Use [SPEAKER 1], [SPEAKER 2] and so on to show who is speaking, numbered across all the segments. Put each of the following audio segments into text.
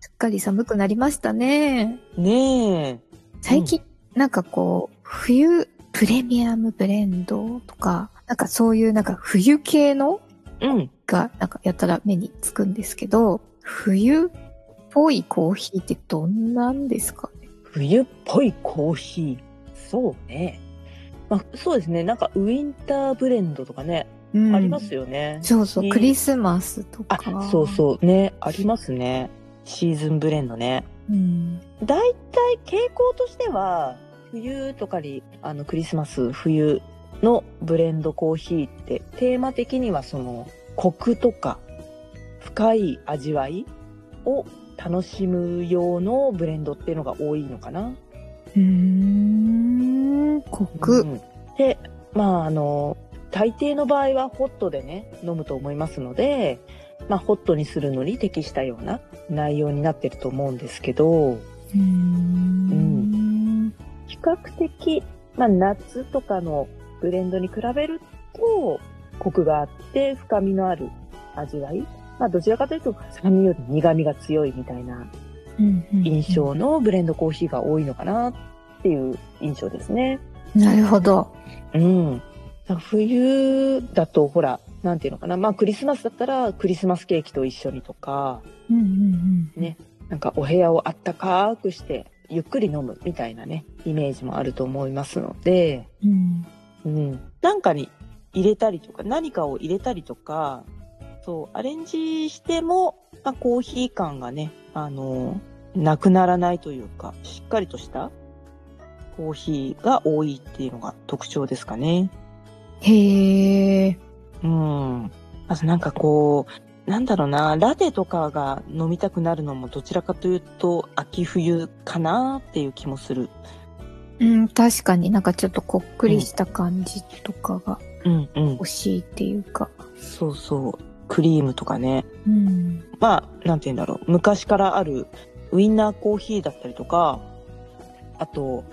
[SPEAKER 1] すっかり寒くなりましたね。
[SPEAKER 2] ねえ
[SPEAKER 1] 最近、なんかこう、冬プレミアムブレンドとか、なんかそういうなんか冬系の
[SPEAKER 2] うん
[SPEAKER 1] がなんかやたら目につくんですけど、冬っぽいコーヒーってどんなんですかね
[SPEAKER 3] 冬っぽいコーヒー。そうね。まあ、そうですね。なんかウィンターブレンドとかね、
[SPEAKER 1] うん
[SPEAKER 3] ありますよね。
[SPEAKER 1] そうそう、
[SPEAKER 3] ね
[SPEAKER 1] クリスマスと
[SPEAKER 3] あ
[SPEAKER 1] か。、
[SPEAKER 3] そうそうね、ありますね。シーズンブレンドね。
[SPEAKER 1] う。うん。
[SPEAKER 3] だいたい傾向としては、冬とかに、あの、クリスマス、冬のブレンドコーヒーって、テーマ的にはその、コクとか、深い味わいを楽しむ用のブレンドっていうのが多いのかな。
[SPEAKER 1] うーん、コ
[SPEAKER 3] う
[SPEAKER 1] ク。
[SPEAKER 3] んでまああの大抵の場合はホットでね飲むと思いますので、まあ、ホットにするのに適したような内容になってると思うんですけど
[SPEAKER 1] うーん。
[SPEAKER 3] 比較的、まあ、夏とかのブレンドに比べるとコクがあって深みのある味わい、まあ、どちらかというと酸味より苦味が強いみたいな
[SPEAKER 1] うんうん
[SPEAKER 3] 印象のブレンドコーヒーが多いのかなっていう印象ですね。
[SPEAKER 1] なるほど。
[SPEAKER 3] うん。だから冬だと、ほら、なんていうのかな。まあ、クリスマスだったら、クリスマスケーキと一緒にとか、
[SPEAKER 1] うんうんうん。
[SPEAKER 3] ねなんかお部屋をあったかくして、ゆっくり飲むみたいなね、イメージもあると思いますので、
[SPEAKER 1] うん。
[SPEAKER 3] うん。なんかに入れたりとか、何かを入れたりとか、そう、アレンジしても、まあ、コーヒー感がね、あの、なくならないというか、しっかりとしたコーヒーが多いっていうのが特徴ですかね。
[SPEAKER 1] へえ。
[SPEAKER 3] うん。あとなんかこう、なんだろうな、ラテとかが飲みたくなるのもどちらかというと秋冬かなっていう気もする。
[SPEAKER 1] うん、確かになんかちょっとこっくりした感じとかが
[SPEAKER 3] うんうん。
[SPEAKER 1] 欲しいっていうか。
[SPEAKER 3] そうそう。クリームとかね。
[SPEAKER 1] うん。
[SPEAKER 3] まあ、なんて言うんだろう。昔からあるウインナーコーヒーだったりとか、あと、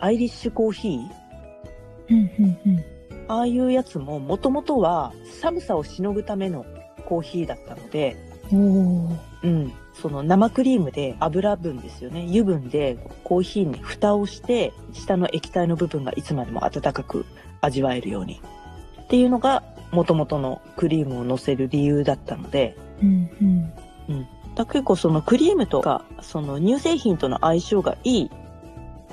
[SPEAKER 3] アイリッシュコーヒー
[SPEAKER 1] うんうんうん。
[SPEAKER 3] ああいうやつももともとは寒さをしのぐためのコーヒーだったので、
[SPEAKER 1] おー
[SPEAKER 3] うん、その生クリームで油分ですよね油分でコーヒーに蓋をして下の液体の部分がいつまでも温かく味わえるようにっていうのが元々のクリームを乗せる理由だったので
[SPEAKER 1] うんうん。
[SPEAKER 3] だ結構そのクリームとかその乳製品との相性がいい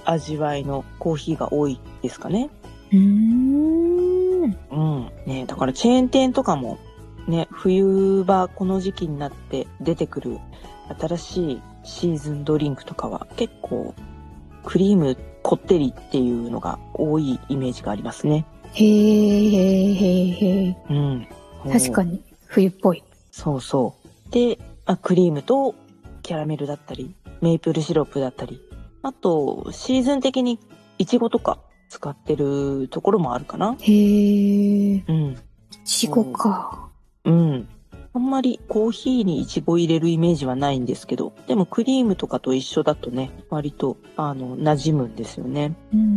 [SPEAKER 3] 味わいのコーヒーが多いですかね。
[SPEAKER 1] うーん。
[SPEAKER 3] うん。ねだからチェーン店とかも、ね、冬場この時期になって出てくる新しいシーズンドリンクとかは結構クリームこってりっていうのが多いイメージがありますね。
[SPEAKER 1] へえへえへえへえ。
[SPEAKER 3] うん。
[SPEAKER 1] 確か
[SPEAKER 3] に。
[SPEAKER 1] に冬っぽい。
[SPEAKER 3] そうそう。で、まあ、クリームとキャラメルだったり、メープルシロップだったり、あと、シーズン的にイチゴとか使ってるところもあるかな。
[SPEAKER 1] へえ。
[SPEAKER 3] うん。
[SPEAKER 1] いちごか。
[SPEAKER 3] うん。あんまりコーヒーにイチゴ入れるイメージはないんですけど、でもクリームとかと一緒だとね、割と、あの、馴染むんですよね。
[SPEAKER 1] うーん。うん
[SPEAKER 3] う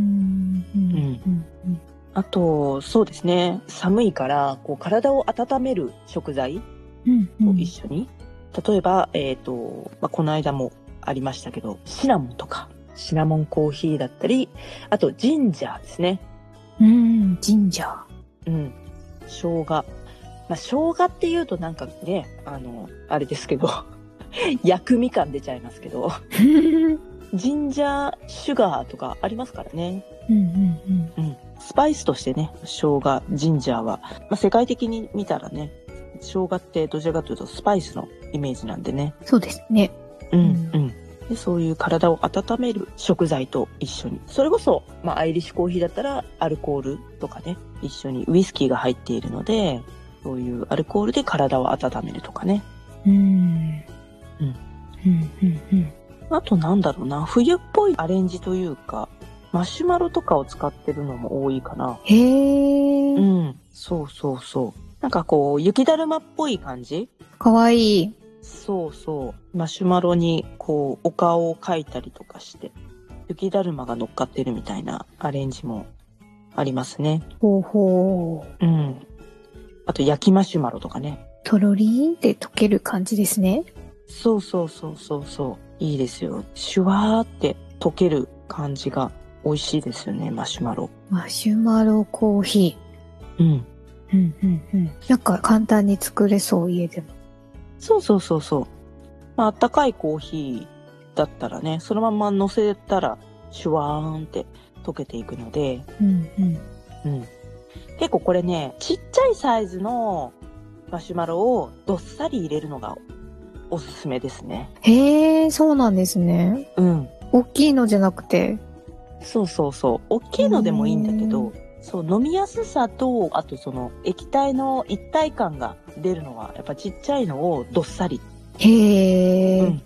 [SPEAKER 3] ん
[SPEAKER 1] うん
[SPEAKER 3] あと、そうですね、寒いから、こう、体を温める食材
[SPEAKER 1] うんう
[SPEAKER 3] と
[SPEAKER 1] ん
[SPEAKER 3] 一緒に、例えば、えっ、と、まあ、この間もありましたけど、シナモンとか、シナモンコーヒーだったり、あと、ジンジャーですね。
[SPEAKER 1] うん。ジンジャー。
[SPEAKER 3] うん。生姜。まあ、生姜って言うとなんかね、あの、あれですけど、 薬味感出ちゃいますけど、ジンジャーシュガーとかありますからね。
[SPEAKER 1] うんうんうん。
[SPEAKER 3] うん。スパイスとしてね、生姜、ジンジャーは、まあ、世界的に見たらね、生姜ってどちらかというとスパイスのイメージなんでね。
[SPEAKER 1] そうですね。
[SPEAKER 3] うん、うん。でそういう体を温める食材と一緒に。それこそ、まあ、アイリッシュコーヒーだったらアルコールとかね、一緒にウイスキーが入っているので、そういうアルコールで体を温めるとかね。
[SPEAKER 1] うん。
[SPEAKER 3] うん。
[SPEAKER 1] うん、うん、うん。
[SPEAKER 3] あとなんだろうな、冬っぽいアレンジというか、マシュマロとかを使ってるのも多いかな。
[SPEAKER 1] へ
[SPEAKER 3] う
[SPEAKER 1] ー。
[SPEAKER 3] ん、そうそうそう。なんかこう、雪だるまっぽい感じ
[SPEAKER 1] かわいい。
[SPEAKER 3] そうそう。マシュマロにこう、お顔を描いたりとかして、雪だるまが乗っかってるみたいなアレンジもありますね。
[SPEAKER 1] ほうほう。
[SPEAKER 3] うん。あと、焼きマシュマロとかね。
[SPEAKER 1] とろりーんって溶ける感じですね。
[SPEAKER 3] そうそうそうそうそう。いいですよ。シュワーって溶ける感じが美味しいですよね、マシュマロ。
[SPEAKER 1] マシュマロコーヒ
[SPEAKER 3] うん。
[SPEAKER 1] ー。うん、うん、うん。なんか簡単に作れそう、家でも。
[SPEAKER 3] そうそうそうそう。まあ、あったかいコーヒーだったらね、そのまんま乗せたら、シュワーンって溶けていくので、
[SPEAKER 1] うん、うん。
[SPEAKER 3] うん。結構これね、ちっちゃいサイズのマシュマロをどっさり入れるのがおすすめですね。
[SPEAKER 1] へー、そうなんですね。
[SPEAKER 3] うん。
[SPEAKER 1] 大きいのじゃなくて。
[SPEAKER 3] そうそうそう。大きいのでもいいんだけ
[SPEAKER 1] う
[SPEAKER 3] ど、そう、飲みやすさと、あとその液体の一体感が出るのは、やっぱちっちゃいのをどっさり。
[SPEAKER 1] へー。
[SPEAKER 3] うん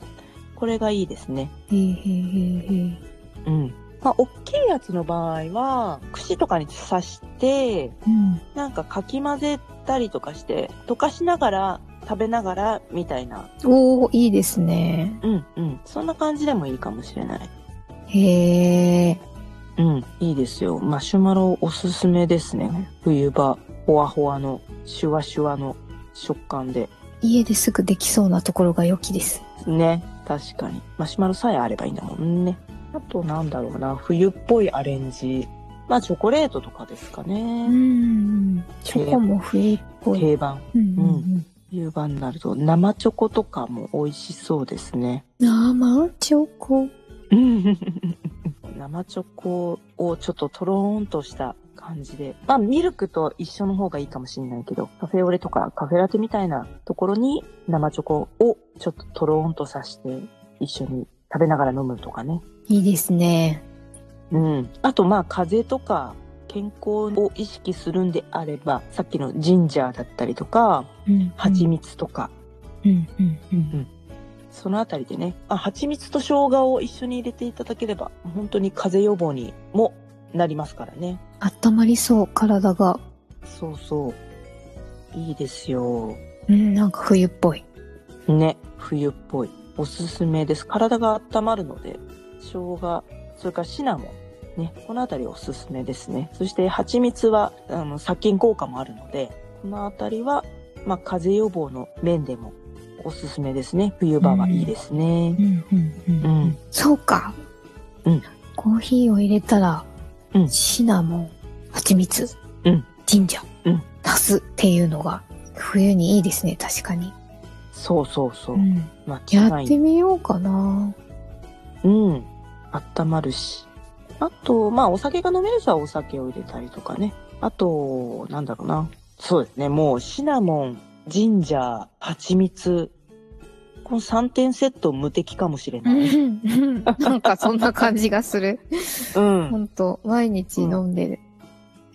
[SPEAKER 3] これがいいですね。
[SPEAKER 1] へーへーへーへー。
[SPEAKER 3] うん。まあ、大きいやつの場合は、串とかに刺して、
[SPEAKER 1] うん。
[SPEAKER 3] なんかかき混ぜたりとかして、溶かしながら、食べながら、みたいな
[SPEAKER 1] おー、いいですね。
[SPEAKER 3] うんうん。そんな感じでもいいかもしれない。
[SPEAKER 1] へー。
[SPEAKER 3] うん。いいですよ。マシュマロおすすめですね。冬場、ほわほわの、シュワシュワの食感で。
[SPEAKER 1] 家ですぐできそうなところが良きです。
[SPEAKER 3] ね。確かに。マシュマロさえあればいいんだもんね。あとなんだろうな。冬っぽいアレンジ。まあチョコレートとかですか
[SPEAKER 1] う
[SPEAKER 3] ね。
[SPEAKER 1] ん。チョコも冬っぽい。
[SPEAKER 3] 定番。
[SPEAKER 1] うんうん
[SPEAKER 3] 冬場になると生チョコとかも美味しそうですね。
[SPEAKER 1] うん。生チョコ。
[SPEAKER 3] 生チョコをちょっととろーんとした感じで。まあ、ミルクと一緒の方がいいかもしれないけど、カフェオレとかカフェラテみたいなところに生チョコをちょっととろーんとさして一緒に食べながら飲むとかね。
[SPEAKER 1] いいですね。
[SPEAKER 3] うん。あと、まあ、風邪とか健康を意識するんであれば、さっきのジンジャーだったりとか、
[SPEAKER 1] うん。
[SPEAKER 3] 蜂。蜜とか、
[SPEAKER 1] うんうんうん。
[SPEAKER 3] そのあたりでね、あ、蜂蜜と生姜を一緒に入れていただければ、本当に風邪予防にもなりますからね。
[SPEAKER 1] 温まりそう、体が。
[SPEAKER 3] そうそう。いいですよ。
[SPEAKER 1] うん、なんか冬っぽい。
[SPEAKER 3] ね、冬っぽい。おすすめです。体が温まるので、生姜、それからシナモン。ね、このあたりおすすめですね。そして蜂蜜は、あの、殺菌効果もあるので、このあたりは、まあ、風邪予防の面でもおすすめですね。冬場はいいですね
[SPEAKER 1] う。んうんうん
[SPEAKER 3] う。ん。
[SPEAKER 1] そうか。
[SPEAKER 3] うん。
[SPEAKER 1] コーヒーを入れたら、
[SPEAKER 3] うん
[SPEAKER 1] シナモン、蜂蜜、
[SPEAKER 3] うん、
[SPEAKER 1] ジンジャー、
[SPEAKER 3] うん、
[SPEAKER 1] 足すっていうのが、冬にいいですね、確かに。
[SPEAKER 3] そうそうそう。
[SPEAKER 1] ん、
[SPEAKER 3] まあ、
[SPEAKER 1] や
[SPEAKER 3] ない
[SPEAKER 1] ってみようかな。
[SPEAKER 3] うん。温まるし。あと、まあ、お酒が飲める人はお酒を入れたりとかね。あと、なんだろうな。そうですね。もう、シナモン、ジンジャー、蜂蜜。この3点セット無敵かもしれ
[SPEAKER 1] う
[SPEAKER 3] ない。
[SPEAKER 1] んうんなんかそんな感じがする。
[SPEAKER 3] うん。
[SPEAKER 1] 本当毎日飲んで、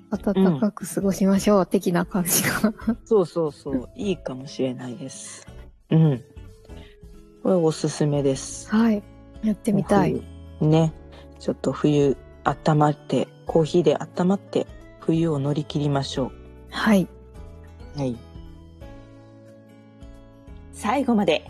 [SPEAKER 1] 暖かく過ごしましょう、的な感じが。
[SPEAKER 3] そうそうそう。いいかもしれないです。うん。これおすすめです。
[SPEAKER 1] はい。やってみたい。
[SPEAKER 3] 冬ね。ちょっと冬、温まって、コーヒーで温まって、冬を乗り切りましょ
[SPEAKER 1] はい。
[SPEAKER 3] う。はい。
[SPEAKER 2] 最後まで